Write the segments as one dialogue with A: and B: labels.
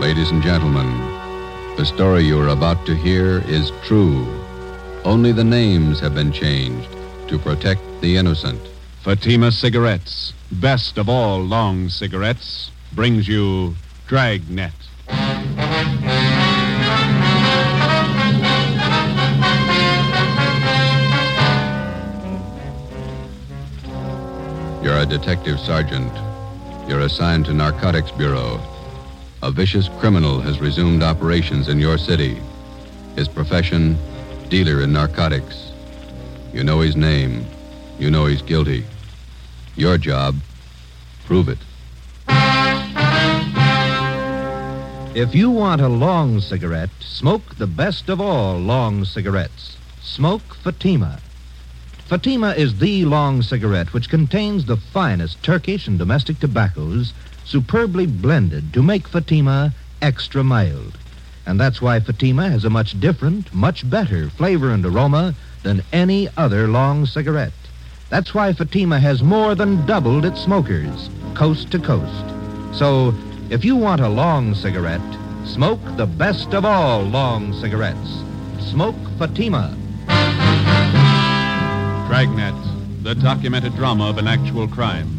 A: Ladies and gentlemen, the story you are about to hear is true. Only the names have been changed to protect the innocent.
B: Fatima Cigarettes, best of all long cigarettes, brings you Dragnet.
A: You're a detective sergeant. You're assigned to Narcotics Bureau. A vicious criminal has resumed operations in your city. His profession, dealer in narcotics. You know his name. You know he's guilty. Your job, prove it.
C: If you want a long cigarette, smoke the best of all long cigarettes. Smoke Fatima. Fatima is the long cigarette which contains the finest Turkish and domestic tobaccos, superbly blended to make Fatima extra mild. And that's why Fatima has a much different, much better flavor and aroma than any other long cigarette. That's why Fatima has more than doubled its smokers, coast to coast. So, if you want a long cigarette, smoke the best of all long cigarettes. Smoke Fatima.
B: Dragnet, the documented drama of an actual crime.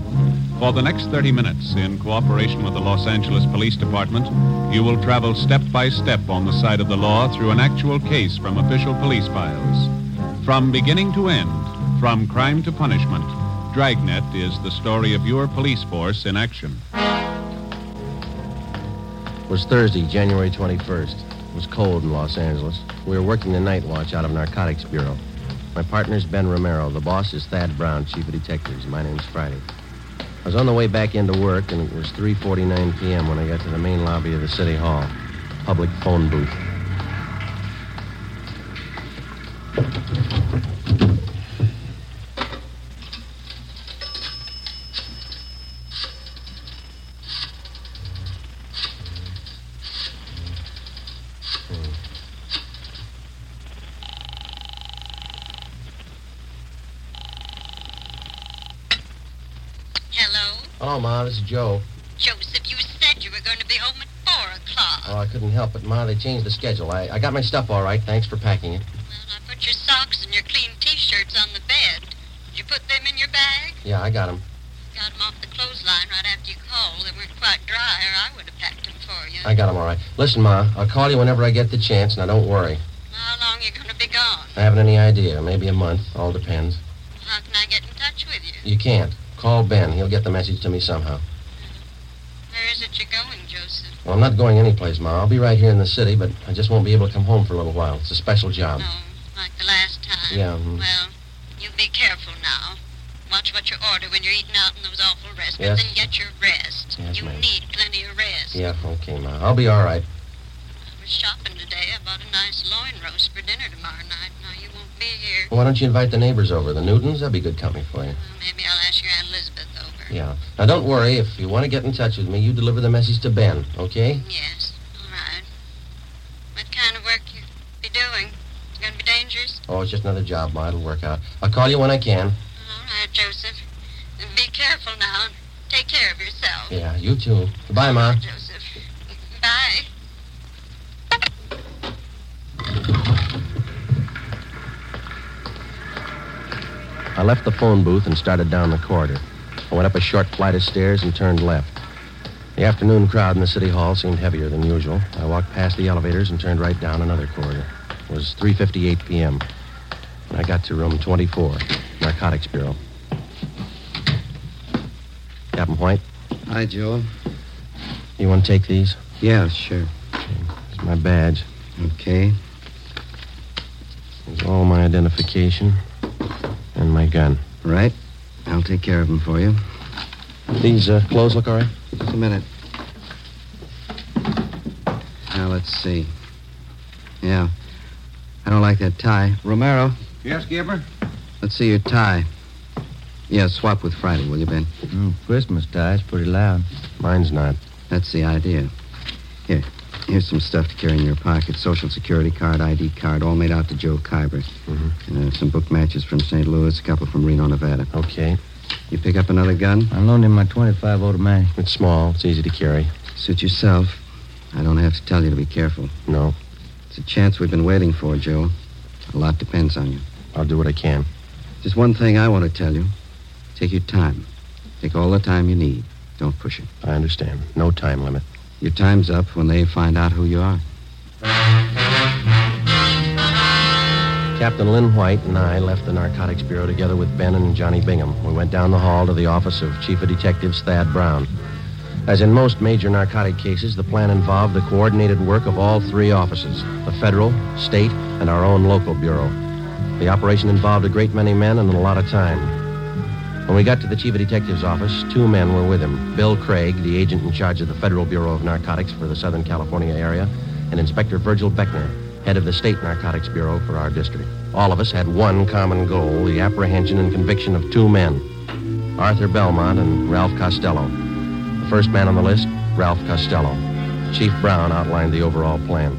B: For the next 30 minutes, in cooperation with the Los Angeles Police Department, you will travel step by step on the side of the law through an actual case from official police files. From beginning to end, from crime to punishment, Dragnet is the story of your police force in action.
D: It was Thursday, January 21st. It was cold in Los Angeles. We were working the night watch out of Narcotics Bureau. My partner's Ben Romero. The boss is Thad Brown, chief of detectives. My name's Friday. I was on the way back into work, and it was 3.49 p.m. when I got to the main lobby of the city hall, public phone booth.
E: Hello?
D: Hello, Ma. This is Joe.
E: Joseph, you said you were going to be home at 4 o'clock.
D: Oh, I couldn't help it, Ma. They changed the schedule. I, I got my stuff all right. Thanks for packing it.
E: Well, I put your socks and your clean T-shirts on the bed. Did you put them in your bag?
D: Yeah, I got 'em.
E: Got them off the clothesline right after you called. They weren't quite dry, or I would have packed them for you.
D: I got 'em all right. Listen, Ma, I'll call you whenever I get the chance. Now, don't worry.
E: How long you going to be gone?
D: I haven't any idea. Maybe a month. All depends.
E: How can I get in touch with you?
D: You can't. Call Ben. He'll get the message to me somehow.
E: Where is it you're going, Joseph?
D: Well, I'm not going anyplace, Ma. I'll be right here in the city, but I just won't be able to come home for a little while. It's a special job.
E: No, like the last time.
D: Um, Yeah, mhm.
E: Well, you be careful now. Watch what you order when you're eating out in those awful
D: Yes.
E: restaurants and get your rest.
D: Yes,
E: you
D: ma'am.
E: need plenty of rest.
D: Yeah, okay, Ma. I'll be all right.
E: I was shopping today. I bought a nice loin roast for dinner tomorrow night. Now you won't be here.
D: Well, why don't you invite the neighbors over? The Newtons? That'd be good company for you.
E: Well, maybe I'll ask your Aunt Elizabeth over.
D: Yeah. Now, don't worry. If you want to get in touch with me, you deliver the message to Ben, okay?
E: Yes. All right. What kind of work you be doing? It's gonna be dangerous.
D: Oh, it's just another job, Ma. It'll work out. I'll call you when I can.
E: All right, Joseph. And be careful now. and Take care of yourself.
D: Yeah, you too. Goodbye, Ma.
E: Joseph. Bye.
D: I left the phone booth and started down the corridor. I went up a short flight of stairs and turned left. The afternoon crowd in the city hall seemed heavier than usual. I walked past the elevators and turned right down another corridor. It was 3:58 p.m. and I got to room 24, Narcotics Bureau. Captain White,
F: Hi, Joe.
D: you want to take these?
F: Yeah, sure.
D: It's my badge.
F: Okay.
D: It's all my identification and my gun.
F: Right. I'll take care of them for you.
D: These uh, clothes look all right.
F: Just a minute. Now, let's see. Yeah. I don't like that tie. Romero,
B: Yes, Gipper?
F: let's see your tie. Yeah, swap with Friday, will you, Ben?
C: Christmas tie's pretty loud.
D: Mine's not.
F: That's the idea. Here. Here's some stuff to carry in your pocket. Social security card, ID card, all made out to Joe Kyber. Uh, some book matches from St. Louis, a couple from Reno, Nevada.
D: Okay.
F: You pick up another gun?
C: I loaned him my 25 automatic.
D: It's small. It's easy to carry.
F: Suit yourself. I don't have to tell you to be careful.
D: No,
F: It's a chance we've been waiting for, Joe. A lot depends on you.
D: I'll do what I can.
F: Just one thing I want to tell you. Take your time. Take all the time you need. Don't push it.
D: I understand. No time limit.
F: Your time's up when they find out who you are.
D: Captain Lynn White and I left the Narcotics Bureau together with Ben and Johnny Bingham. We went down the hall to the office of Chief of Detectives Thad Brown. As in most major narcotic cases, the plan involved the coordinated work of all three offices the federal, state, and our own local bureau. The operation involved a great many men and a lot of time. When we got to the Chief of Detectives office, two men were with him Bill Craig, the agent in charge of the Federal Bureau of Narcotics for the Southern California area, and Inspector Virgil Beckner, head of the State Narcotics Bureau for our district. All of us had one common goal the apprehension and conviction of two men Arthur Belmont and Ralph Costello. The first man on the list, Ralph Costello. Chief Brown outlined the overall plan.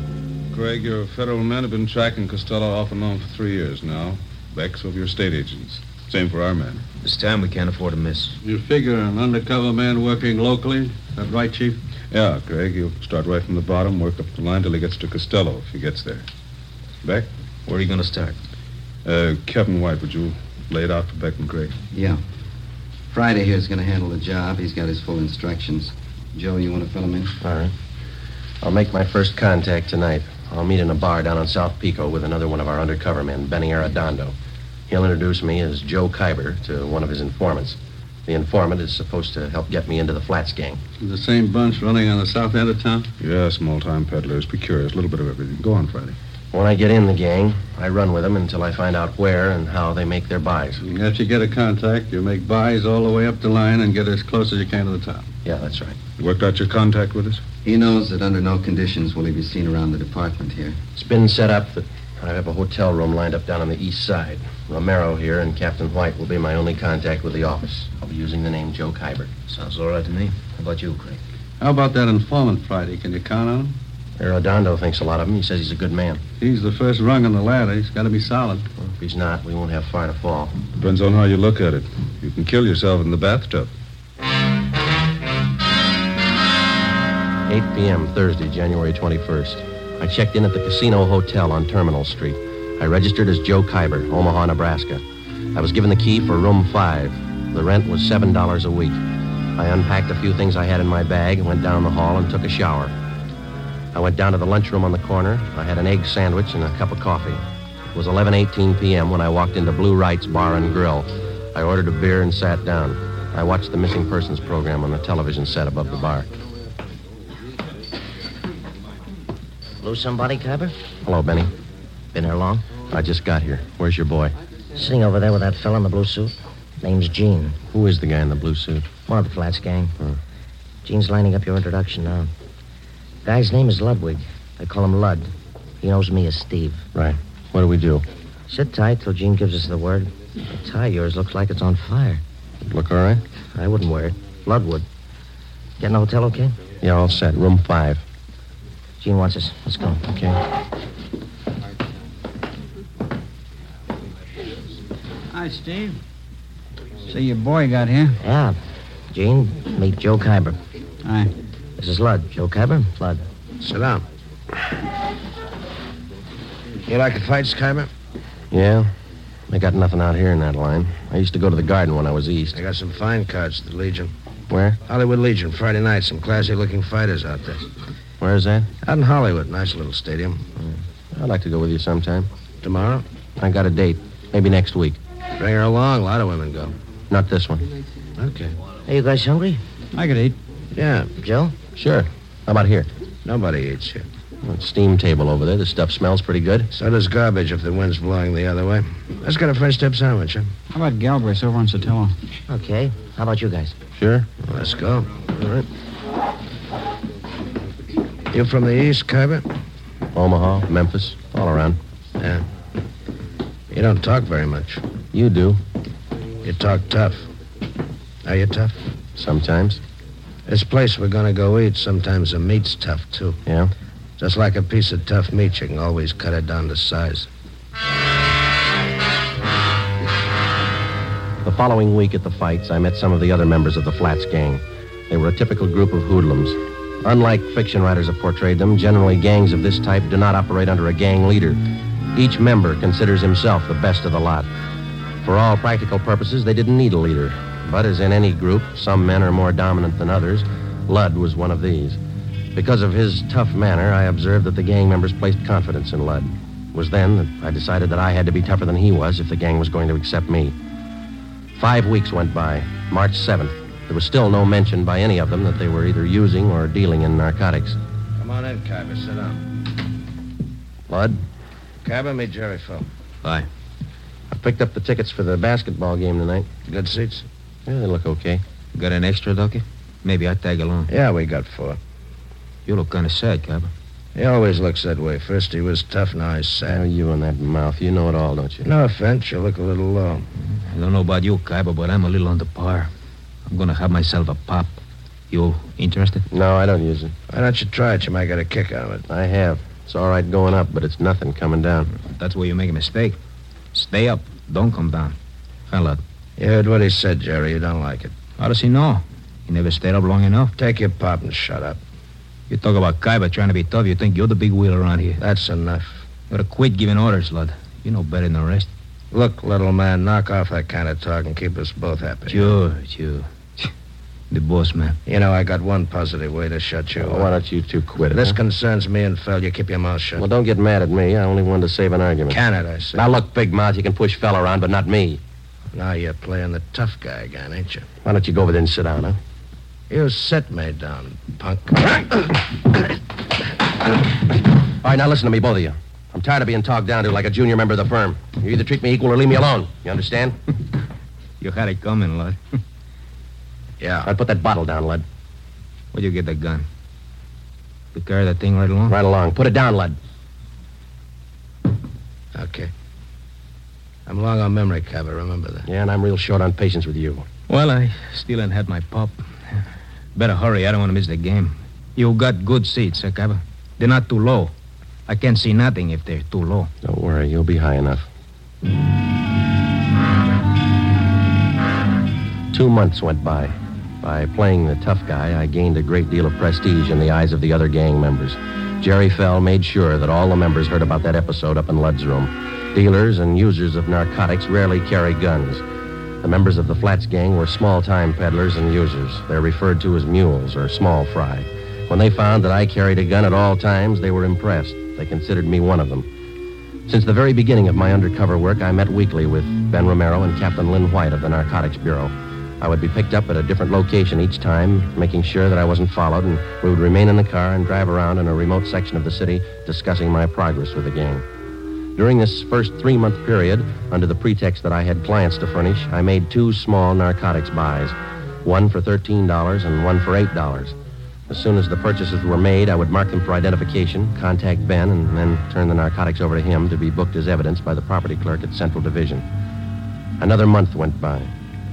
B: Craig, your federal men have been tracking Costello off and on for three years now. Beck's over your state agents. Same for our men.
C: This time we can't afford to miss.
B: You figure an undercover man working locally? That right, Chief? Yeah, Craig. He'll start right from the bottom, work up the line till he gets to Costello, if he gets there. Beck?
C: Where are you going to start?
B: Uh, Captain White, would you lay it out for Beck and Craig?
F: Yeah. Friday here's going to handle the job. He's got his full instructions. Joe, you want to fill him in?
D: All right. I'll make my first contact tonight. I'll meet in a bar down on South Pico with another one of our undercover men, Benny Arredondo. He'll introduce me as Joe Kyber to one of his informants. The informant is supposed to help get me into the Flats gang.
B: The same bunch running on the south end of town? Yeah, small time peddlers. Be curious. A little bit of everything. Go on, Friday.
D: When I get in the gang, I run with them until I find out where and how they make their buys.
B: After you get a contact, you make buys all the way up the line and get as close as you can to the top.
D: Yeah, that's right.
B: Worked out your contact with us?
F: He knows that under no conditions will he be seen around the department here.
D: It's been set up that I have a hotel room lined up down on the east side. Romero here and Captain White will be my only contact with the office. I'll be using the name Joe Kyber. Sounds all right to me. How about you, Craig?
B: How about that informant, Friday? Can you count on him?
D: Arredondo thinks a lot of him. He says he's a good man.
B: He's the first rung on the ladder. He's got to be solid.
D: Well, if he's not, we won't have far to fall.
B: Depends on how you look at it. You can kill yourself in the bathtub.
D: 8 p.m. Thursday, January 21st. I checked in at the Casino Hotel on Terminal Street. I registered as Joe Kyber, Omaha, Nebraska. I was given the key for room 5. The rent was $7 a week. I unpacked a few things I had in my bag and went down the hall and took a shower. I went down to the lunchroom on the corner. I had an egg sandwich and a cup of coffee. It was 11:18 p.m. when I walked into Blue Wright's Bar and Grill. I ordered a beer and sat down. I watched the missing persons program on the television set above the bar.
G: Lose somebody, Kyber?
D: Hello, Benny.
G: Been here long?
D: I just got here. Where's your boy?
G: Sitting over there with that fella in the blue suit. Name's Gene.
D: Who is the guy in the blue suit?
G: One of the Flats gang.
H: Hmm.
G: Gene's lining up your introduction now. Guy's name is Ludwig. They call him Lud. He knows me as Steve.
D: Right. What do we do?
G: Sit tight till Gene gives us the word. The tie of yours looks like it's on fire.
D: Look all right?
G: I wouldn't wear it. Lud would. Get in the hotel, okay?
D: Yeah, all set. Room five.
G: Gene wants us. Let's go.
D: Okay.
I: Hi, Steve. Say, your boy got here.
G: Yeah. Gene, meet Joe Kyber.
I: Hi.
G: This is Lud. Joe Kyber? Lud.
D: Sit down.
I: You like the fights, Kyber?
D: Yeah. They got nothing out here in that line. I used to go to the garden when I was east.
J: I got some fine cards to the Legion.
D: Where?
J: Hollywood Legion, Friday night. Some classy looking fighters out there.
D: Where's that?
J: Out in Hollywood. Nice little stadium.
D: I'd like to go with you sometime.
J: Tomorrow?
D: I got a date. Maybe next week.
J: Bring her along. A lot of women go.
D: Not this one.
J: Okay.
G: Are you guys hungry?
I: I could eat.
J: Yeah.
G: Joe?
D: Sure. How about here?
J: Nobody eats here.
D: That steam table over there. The stuff smells pretty good.
J: So does garbage if the wind's blowing the other way. Let's get a French dip sandwich, huh?
I: How about Galbraith's over on Sotelo?
G: Okay. How about you guys?
D: Sure.
J: Let's go. All right. You from the east, Carver?
D: Omaha, Memphis, all around.
J: Yeah. You don't talk very much.
D: You do,
J: You talk tough. Are you tough?
D: sometimes.
J: This place we're gonna go eat, sometimes the meat's tough, too.
D: Yeah.
J: Just like a piece of tough meat, you can always cut it down to size.
D: The following week at the fights, I met some of the other members of the Flats gang. They were a typical group of hoodlums. Unlike fiction writers have portrayed them, generally gangs of this type do not operate under a gang leader. Each member considers himself the best of the lot. For all practical purposes, they didn't need a leader. But as in any group, some men are more dominant than others. Ludd was one of these. Because of his tough manner, I observed that the gang members placed confidence in Ludd. It was then that I decided that I had to be tougher than he was if the gang was going to accept me. Five weeks went by, March 7th. There was still no mention by any of them that they were either using or dealing in narcotics.
J: Come on in, Carver. Sit down.
D: Lud,
J: Carver, meet Jerry Phil.
D: Bye. I picked up the tickets for the basketball game tonight.
J: Good seats?
D: Yeah, they look okay.
C: Got an extra, Ducky? Maybe I tag along.
J: Yeah, we got four.
C: You look kind of sad, Carver.
J: He always looks that way. First he was tough, now he's
D: Oh,
J: sad.
D: you and that mouth, you know it all, don't you?
J: No offense, you look a little low.
C: I don't know about you, Carver, but I'm a little under par. I'm gonna have myself a pop. You interested?
D: No, I don't use it.
J: Why don't you try it? You might get a kick out of it.
D: I have. It's all right going up, but it's nothing coming down.
C: That's where you make a mistake. Stay up. Don't come down. Hi, Lud.
J: You heard what he said, Jerry. You don't like it.
C: How does he know? He never stayed up long enough.
J: Take your pop and shut up.
C: You talk about Kaiba trying to be tough. You think you're the big wheel around here.
J: That's enough.
C: You gotta quit giving orders, Lud. You know better than the rest.
J: Look, little man, knock off that kind of talk and keep us both happy.
C: Sure, sure. The boss man.
J: You know, I got one positive way to shut you up.
D: Why don't you two quit it?
J: This
D: huh?
J: concerns me and Phil. You keep your mouth shut.
D: Well, don't get mad at me. I only wanted to save an argument.
J: Can it, I say.
D: Now, look, Big Mouth, you can push fell around, but not me.
J: Now you're playing the tough guy again, ain't you?
D: Why don't you go over there and sit down, huh?
J: You sit me down, punk.
D: All right, now listen to me, both of you. I'm tired of being talked down to like a junior member of the firm. You either treat me equal or leave me alone. You understand?
C: You had it coming, Lud.
J: yeah.
D: All right, put that bottle down, Lud.
C: Where'd you get the gun? You carry that thing right along?
D: Right along. Put it down, Lud.
J: Okay. I'm long on memory, Cabot. Remember that.
D: Yeah, and I'm real short on patience with you.
C: Well, I still ain't had my pop. Better hurry. I don't want to miss the game. You got good seats, eh, Cabo? They're not too low. I can't see nothing if they're too low.
D: Don't worry, you'll be high enough. Two months went by. By playing the tough guy, I gained a great deal of prestige in the eyes of the other gang members. Jerry Fell made sure that all the members heard about that episode up in Lud's room. Dealers and users of narcotics rarely carry guns. The members of the Flats gang were small time peddlers and users. They're referred to as mules or small fry. When they found that I carried a gun at all times, they were impressed. They considered me one of them. Since the very beginning of my undercover work, I met weekly with Ben Romero and Captain Lynn White of the Narcotics Bureau. I would be picked up at a different location each time, making sure that I wasn't followed, and we would remain in the car and drive around in a remote section of the city discussing my progress with the gang. During this first three month period, under the pretext that I had clients to furnish, I made two small narcotics buys one for $13 and one for $8. As soon as the purchases were made, I would mark them for identification, contact Ben, and then turn the narcotics over to him to be booked as evidence by the property clerk at Central Division. Another month went by.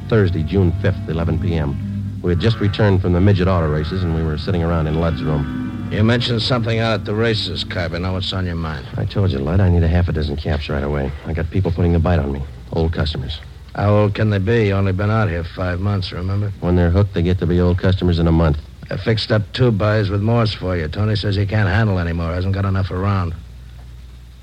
D: Thursday, June 5th, 11 p.m. We had just returned from the midget auto races, and we were sitting around in Lud's room.
J: You mentioned something out at the races, Carver. Now what's on your mind?
D: I told you, Lud, I need a half a dozen caps right away. I got people putting the bite on me, old customers.
J: How old can they be? You only been out here five months, remember?
D: When they're hooked, they get to be old customers in a month.
J: I fixed up two buys with Morse for you. Tony says he can't handle anymore. Hasn't got enough around.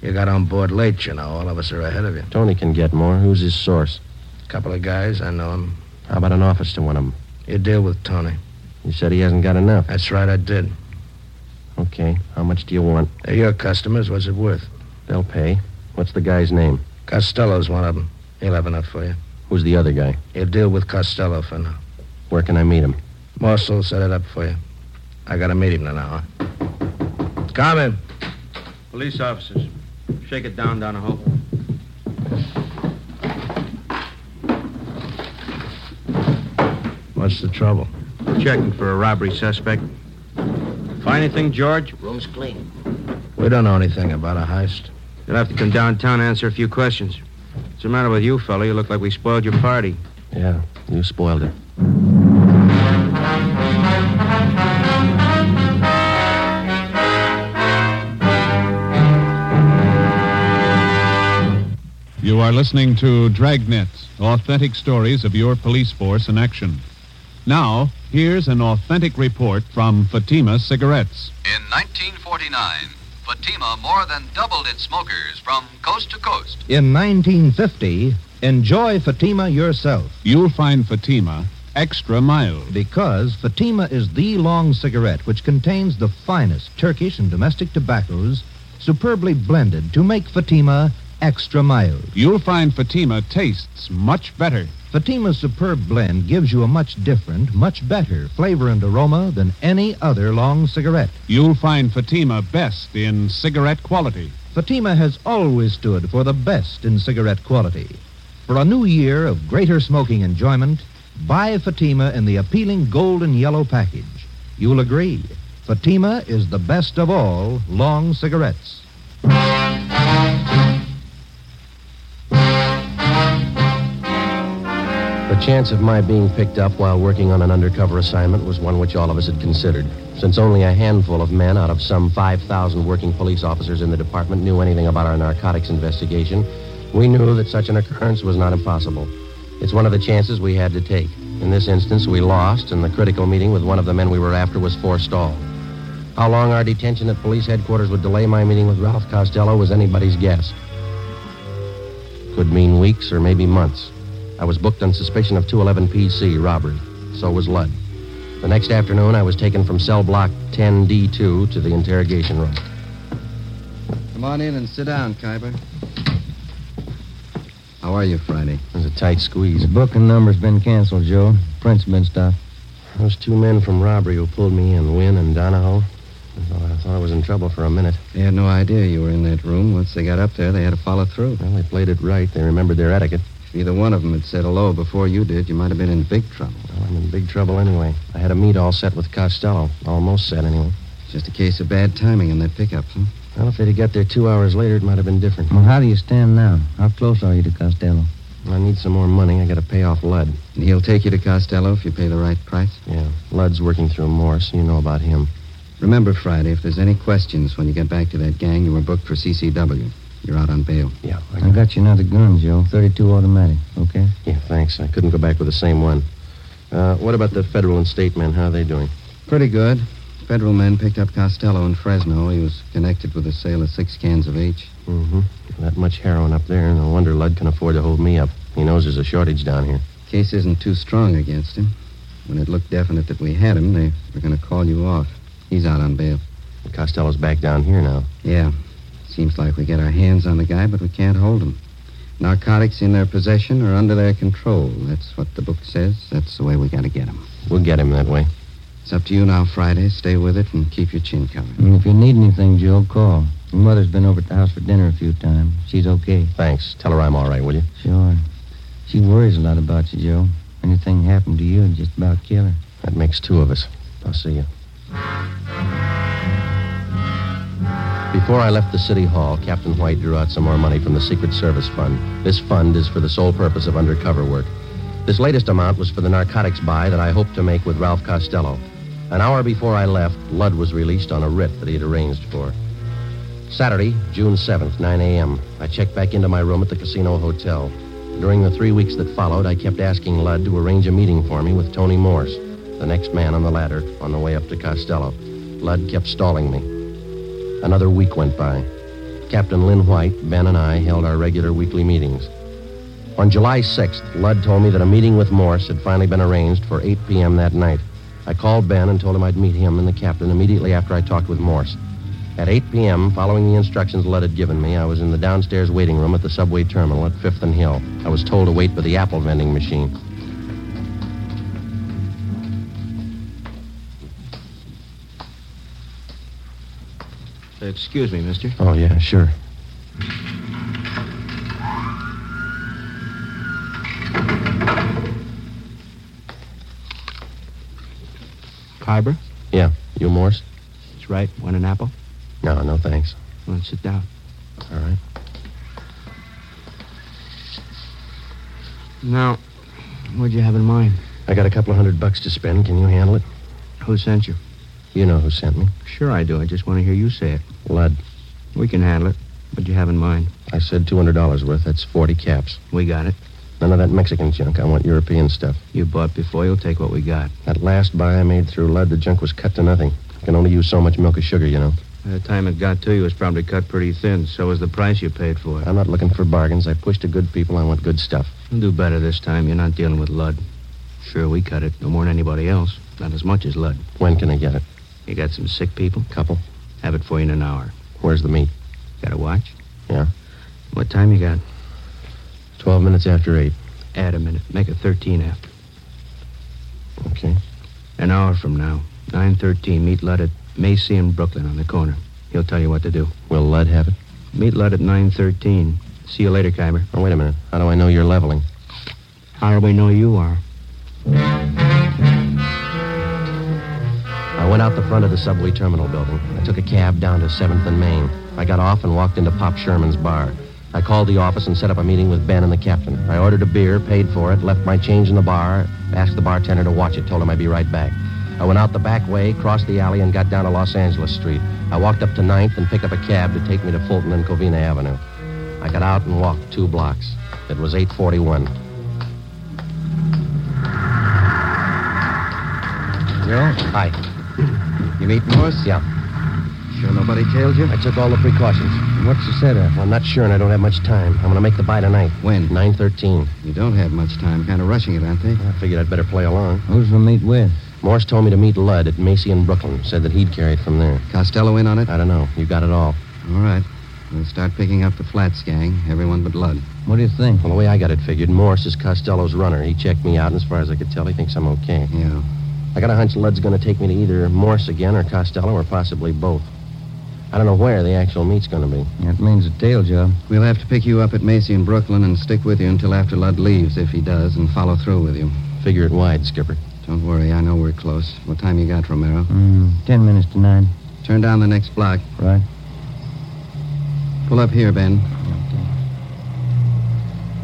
J: You got on board late, you know. All of us are ahead of you.
D: Tony can get more. Who's his source?
J: Couple of guys, I know him.
D: How about an office to one of them?
J: You deal with Tony.
D: You said he hasn't got enough.
J: That's right, I did.
D: Okay. How much do you want?
J: They're your customers. What's it worth?
D: They'll pay. What's the guy's name?
J: Costello's one of them. He'll have enough for you.
D: Who's the other guy?
J: You deal with Costello for now.
D: Where can I meet him?
J: Marcel set it up for you. I gotta meet him in an hour. Come in.
H: Police officers. Shake it down, Donahoe.
J: What's the trouble?
H: Checking for a robbery suspect. Find anything, George?
G: Room's clean.
J: We don't know anything about a heist.
H: You'll have to come downtown and answer a few questions. What's the matter with you, fella? You look like we spoiled your party.
D: Yeah, you spoiled it.
B: You are listening to Dragnet, authentic stories of your police force in action. Now, here's an authentic report from Fatima Cigarettes.
A: In 1949, Fatima more than doubled its smokers from coast to coast.
C: In 1950, enjoy Fatima yourself.
B: You'll find Fatima extra mild.
C: Because Fatima is the long cigarette which contains the finest Turkish and domestic tobaccos superbly blended to make Fatima extra mild.
B: You'll find Fatima tastes much better.
C: Fatima's superb blend gives you a much different, much better flavor and aroma than any other long cigarette.
B: You'll find Fatima best in cigarette quality.
C: Fatima has always stood for the best in cigarette quality. For a new year of greater smoking enjoyment, buy Fatima in the appealing gold and yellow package. You'll agree. Fatima is the best of all long cigarettes.
D: The chance of my being picked up while working on an undercover assignment was one which all of us had considered, since only a handful of men out of some 5,000 working police officers in the department knew anything about our narcotics investigation. We knew that such an occurrence was not impossible. It's one of the chances we had to take. In this instance, we lost, and the critical meeting with one of the men we were after was forestalled. How long our detention at police headquarters would delay my meeting with Ralph Costello was anybody's guess. Could mean weeks or maybe months. I was booked on suspicion of 211 PC robbery. So was Ludd. The next afternoon, I was taken from cell block 10D2 to the interrogation room.
F: Come on in and sit down, Kyber. How are you, Friday?
D: It was a tight squeeze.
K: book and number's been canceled, Joe. Print's been stopped.
D: Those two men from robbery who pulled me in, Wynn and Donahoe. I thought I was in trouble for a minute.
F: They had no idea you were in that room. Once they got up there, they had to follow through.
D: Well, they played it right. They remembered their etiquette.
F: If either one of them had said hello Oh, before you did, you might have been in big trouble.
D: Well, I'm in big trouble anyway. I had a meet all set with Costello. Almost set, anyway.
F: Just a case of bad timing on that pickup, huh?
D: Well, if they'd have got there two hours later, it might have been different.
K: Well, how do you stand now? How close are you to Costello?
D: I need some more money. I got to pay off Lud.
F: And he'll take you to Costello if you pay the right price?
D: Yeah. Lud's working through Morse. You know about him.
F: Remember, Friday, if there's any questions when you get back to that gang, you were booked for CCW. You're out on bail.
D: Yeah,
K: I got, you another gun, Joe. 32 automatic, okay?
D: Yeah, thanks. I couldn't go back with the same one. Uh, what about the federal and state men? How are they doing?
F: Pretty good. Federal men picked up Costello in Fresno. He was connected with the sale of six cans of H.
D: Mm-hmm. That much heroin up there, no wonder Lud can afford to hold me up. He knows there's a shortage down here.
F: Case isn't too strong against him. When it looked definite that we had him, they were going to call you off. He's out on bail.
D: Costello's back down here now.
F: Yeah. Seems like we get our hands on the guy, but we can't hold him. Narcotics in their possession or under their control. That's what the book says. That's the way we got to get him.
D: We'll get him that way.
F: It's up to you now, Friday. Stay with it and keep your chin covered.
K: And if you need anything, Joe, call. Your mother's been over at the house for dinner a few times. She's okay.
D: Thanks. Tell her I'm all right, will you?
K: Sure. She worries a lot about you, Joe. Anything happened to you, it'd just about kill her.
D: That makes two of us. I'll see you. Before I left the city hall, Captain White drew out some more money from the Secret Service Fund. This fund is for the sole purpose of undercover work. This latest amount was for the narcotics buy that I hoped to make with Ralph Costello. An hour before I left, Ludd was released on a writ that he had arranged for. Saturday, June 7th, 9 a.m., I checked back into my room at the Casino Hotel. During the three weeks that followed, I kept asking Ludd to arrange a meeting for me with Tony Morse, the next man on the ladder on the way up to Costello. Ludd kept stalling me. Another week went by. Captain Lynn White, Ben, and I held our regular weekly meetings. On July 6th, Ludd told me that a meeting with Morse had finally been arranged for 8 p.m. that night. I called Ben and told him I'd meet him and the captain immediately after I talked with Morse. At 8 p.m., following the instructions Ludd had given me, I was in the downstairs waiting room at the subway terminal at 5th and Hill. I was told to wait by the apple vending machine.
H: Uh, Excuse me, mister.
D: Oh, yeah, sure.
H: Kyber?
D: Yeah, you Morse?
H: That's right. Want an apple?
D: No, no thanks.
H: Well, then sit down.
D: All right.
H: Now, what'd you have in mind?
D: I got a couple of hundred bucks to spend. Can you handle it?
H: Who sent you?
D: You know who sent me.
H: Sure I do. I just want to hear you say it.
D: Lud.
H: We can handle it. What'd you have in mind?
D: I said $200 worth. That's 40 caps.
H: We got it.
D: None of that Mexican junk. I want European stuff.
H: You bought before. You'll take what we got.
D: That last buy I made through Lud, the junk was cut to nothing. I can only use so much milk or sugar, you know.
H: By the time it got to you, it was probably cut pretty thin. So was the price you paid for it.
D: I'm not looking for bargains. I push to good people. I want good stuff.
H: You'll do better this time. You're not dealing with Lud. Sure, we cut it. No more than anybody else. Not as much as Lud.
D: When can I get it?
H: You got some sick people?
D: Couple.
H: Have it for you in an hour.
D: Where's the meat?
H: Got a watch?
D: Yeah.
H: What time you got?
D: Twelve minutes after eight.
H: Add a minute. Make it 13 after.
D: Okay.
H: An hour from now, 9.13, meet Ludd at Macy and Brooklyn on the corner. He'll tell you what to do.
D: Will Lud have it?
H: Meet Ludd at 9.13. See you later, Kyber.
D: Oh, wait a minute. How do I know you're leveling?
H: How do we know you are?
D: I went out the front of the subway terminal building. I took a cab down to 7th and Main. I got off and walked into Pop Sherman's bar. I called the office and set up a meeting with Ben and the captain. I ordered a beer, paid for it, left my change in the bar, asked the bartender to watch it, told him I'd be right back. I went out the back way, crossed the alley, and got down to Los Angeles Street. I walked up to Ninth and picked up a cab to take me to Fulton and Covina Avenue. I got out and walked two blocks. It was 841.
F: Joe?
D: Hi.
F: You meet Morse?
D: Yeah.
F: Sure nobody tailed you?
D: I took all the precautions.
F: What's the setup?
D: Well, I'm not sure, and I don't have much time. I'm going to make the buy tonight.
F: When?
D: 9.13.
F: You don't have much time. Kind of rushing it, aren't they?
D: I figured I'd better play along.
K: Who's the meet with?
D: Morse told me to meet Ludd at Macy in Brooklyn. Said that he'd carry it from there.
F: Costello in on it?
D: I don't know. You got it all.
F: All right. We'll start picking up the flats, gang. Everyone but Ludd.
K: What do you think?
D: Well, the way I got it figured, Morse is Costello's runner. He checked me out, and as far as I could tell, he thinks I'm okay.
F: Yeah.
D: I got a hunch Ludd's going to take me to either Morse again or Costello or possibly both. I don't know where the actual meet's going to be.
K: That means a tail job.
F: We'll have to pick you up at Macy in Brooklyn and stick with you until after Ludd leaves, if he does, and follow through with you.
D: Figure it wide, Skipper.
F: Don't worry, I know we're close. What time you got, Romero?
H: Hmm,
K: Mm, ten minutes to nine.
F: Turn down the next block.
K: Right.
F: Pull up here, Ben.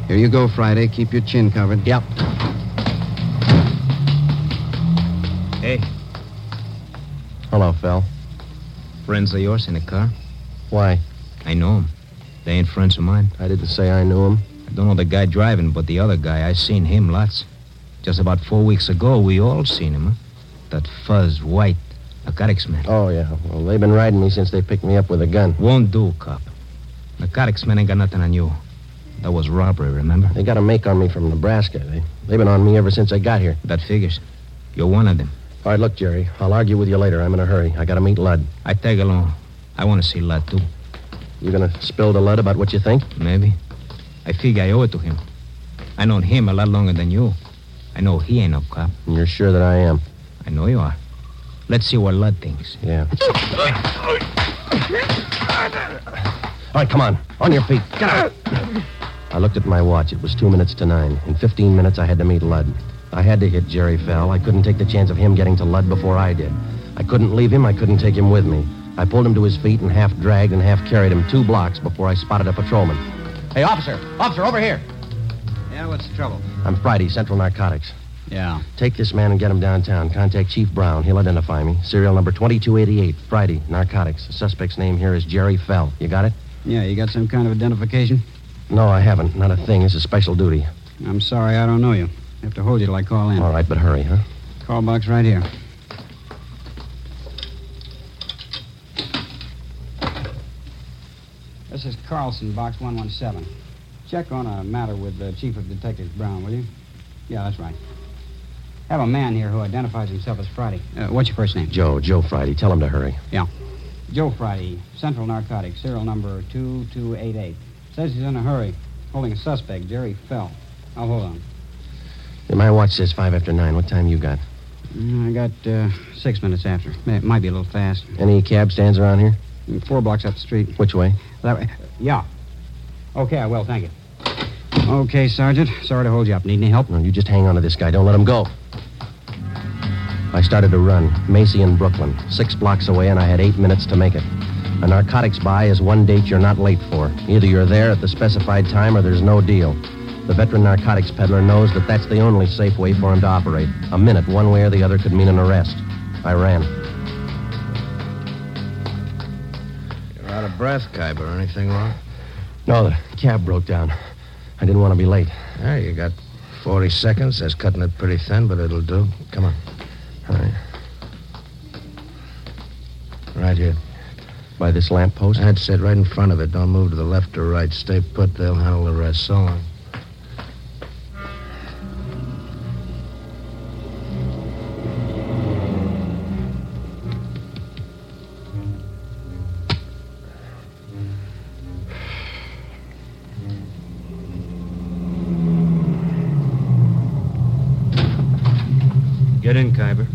F: Here you go, Friday. Keep your chin covered.
D: Yep.
L: Hey,
D: Hello, Phil.
L: friends of yours in the car?
D: Why?
L: I know 'em. They ain't friends of mine.
D: I didn't say I knew him.
L: I don't know the guy driving, but the other guy, I seen him lots. Just about four weeks ago, we all seen him. Huh? That fuzz, white, narcotics man.
D: Oh, yeah. Well, they've been riding me since they picked me up with a gun.
L: Won't do, cop. Narcotics man ain't got nothing on you. That was robbery, remember?
D: They got a make on me from Nebraska. They, they've been on me ever since I got here.
L: That figures. You're one of them.
D: All right, look, Jerry. I'll argue with you later. I'm in a hurry. I got to meet Lud.
L: I tag along. I want to see Lud, too.
D: You going to spill to Lud about what you think?
L: Maybe. I figure I owe it to him. I known him a lot longer than you. I know he ain't no cop.
D: And you're sure that I am?
L: I know you are. Let's see what Lud thinks.
D: Yeah. All right, come on. On your feet. Get out. I looked at my watch. It was two minutes to nine. In 15 minutes, I had to meet Lud. I had to hit Jerry Fell. I couldn't take the chance of him getting to Lud before I did. I couldn't leave him. I couldn't take him with me. I pulled him to his feet and half dragged and half carried him two blocks before I spotted a patrolman. Hey, officer! Officer, over here!
I: Yeah, what's the trouble?
D: I'm Friday, Central Narcotics.
I: Yeah.
D: Take this man and get him downtown. Contact Chief Brown. He'll identify me. Serial number 2288. Friday, narcotics. The suspect's name here is Jerry Fell. You got it?
I: Yeah, you got some kind of identification?
D: No, I haven't. Not a thing. This is special duty.
I: I'm sorry, I don't know you. Have to hold you till I call in.
D: All right, but hurry, huh?
I: Call box right here. This
M: This is Carlson, Box 117. Check on a matter with the Chief of Detectives Brown, will you? Yeah, that's right. Have a man here who identifies himself as Friday. Uh, what's your first name?
D: Joe, Joe Friday. Tell him to hurry.
M: Yeah. Joe Friday, Central Narcotics, serial number 2288. Says he's in a hurry, holding a suspect, Jerry Fell. I'll hold on.
D: Yeah, My watch says five after nine. What time you got?
M: Mm, I got uh, six minutes after. It might be a little fast.
D: Any cab stands around here?
M: Four blocks up the street.
D: Which way?
M: That way. Yeah. Okay, I will. Thank you. Okay, Sergeant. Sorry to hold you up. Need any help?
D: No, you just hang on to this guy. Don't let him go. I started to run, Macy in Brooklyn, six blocks away, and I had eight minutes to make it. A narcotics buy is one date you're not late for. Either you're there at the specified time or there's no deal. The veteran narcotics peddler knows that that's the only safe way for him to operate. A minute, one way or the other, could mean an arrest. I ran.
J: You're out of breath, Kyber. Anything wrong?
D: No, the cab broke down. I didn't want to be late.
J: Yeah, you got 40 seconds. That's cutting it pretty thin, but it'll do. Come on.
D: All right.
J: Right here.
D: By this lamppost?
J: That's it, right in front of it. Don't move to the left or right. Stay put. They'll handle the rest. So long.
H: Get in, Kyber.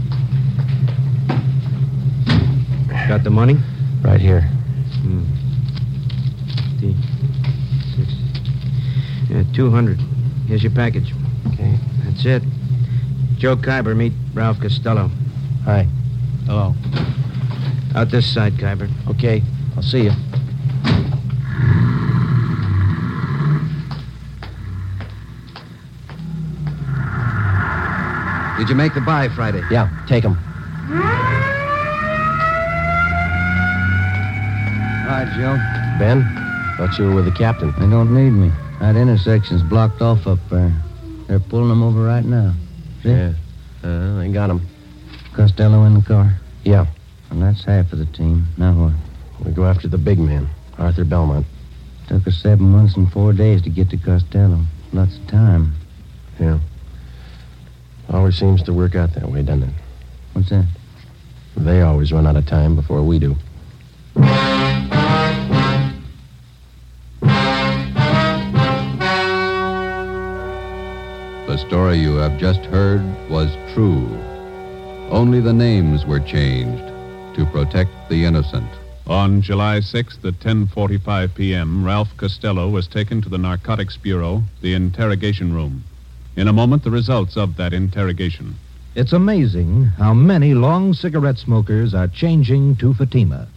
H: Got the money?
D: Right here.
H: Hmm. D. Six. Yeah, 200. Here's your package.
D: Okay.
H: That's it. Joe Kyber, meet Ralph Costello.
D: Hi.
H: Hello. Out this side, Kyber.
D: Okay. I'll see you.
J: Did you make the buy Friday?
D: Yeah, take him.
I: Hi, Joe.
D: Ben, thought you were with the captain.
K: They don't need me. That intersection's blocked off up there. They're pulling them over right now. See?
D: Yeah. Uh, they got him.
K: Costello in the car.
D: Yeah.
K: Well, that's half of the team. Now what?
D: We go after the big man, Arthur Belmont.
K: Took us seven months and four days to get to Costello. Lots of time.
D: Yeah. Always seems to work out that way, doesn't it?
K: What's that?
D: They always run out of time before we do.
A: The story you have just heard was true. Only the names were changed to protect the innocent.
B: On July 6th at 10:45 p.m., Ralph Costello was taken to the Narcotics Bureau, the interrogation room. In a moment, the results of that interrogation.
C: It's amazing how many long cigarette smokers are changing to Fatima.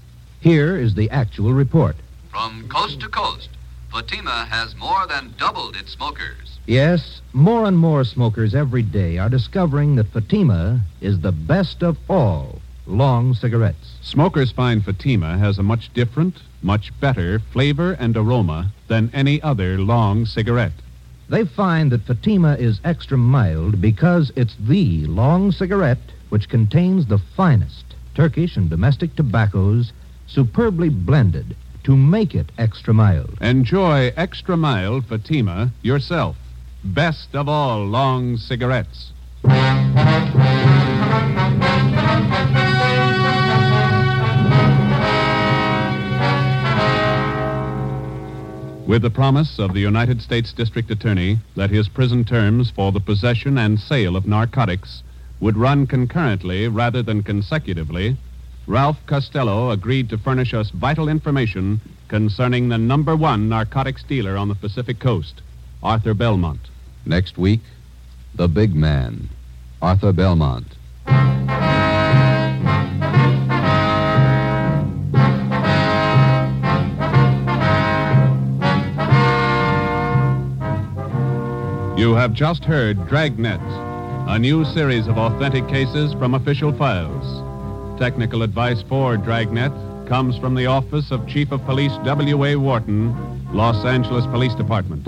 C: Here is the actual report.
N: From coast to coast, Fatima has more than doubled its smokers.
C: Yes, more and more smokers every day are discovering that Fatima is the best of all long cigarettes.
B: Smokers find Fatima has a much different, much better flavor and aroma than any other long cigarette.
C: They find that Fatima is extra mild because it's the long cigarette which contains the finest Turkish and domestic tobaccos superbly blended to make it extra mild.
B: Enjoy extra mild Fatima yourself. Best of all long cigarettes. With the promise of the United States District Attorney that his prison terms for the possession and sale of narcotics would run concurrently rather than consecutively, Ralph Costello agreed to furnish us vital information concerning the number one narcotics dealer on the Pacific Coast, Arthur Belmont.
A: Next week, the big man, Arthur Belmont.
B: You have just heard Dragnet, a new series of authentic cases from official files. Technical advice for Dragnet comes from the office of Chief of Police W.A. Wharton, Los Angeles Police Department.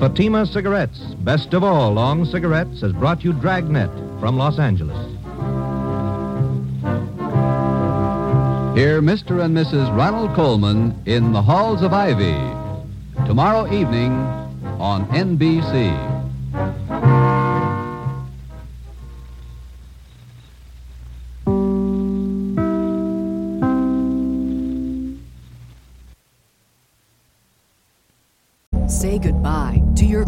C: Fatima Cigarettes, best of all long cigarettes, has brought you Dragnet from Los Angeles.
A: Hear Mr. and Mrs. Ronald Coleman in The Halls of Ivy tomorrow evening on NBC.
O: Say goodbye to your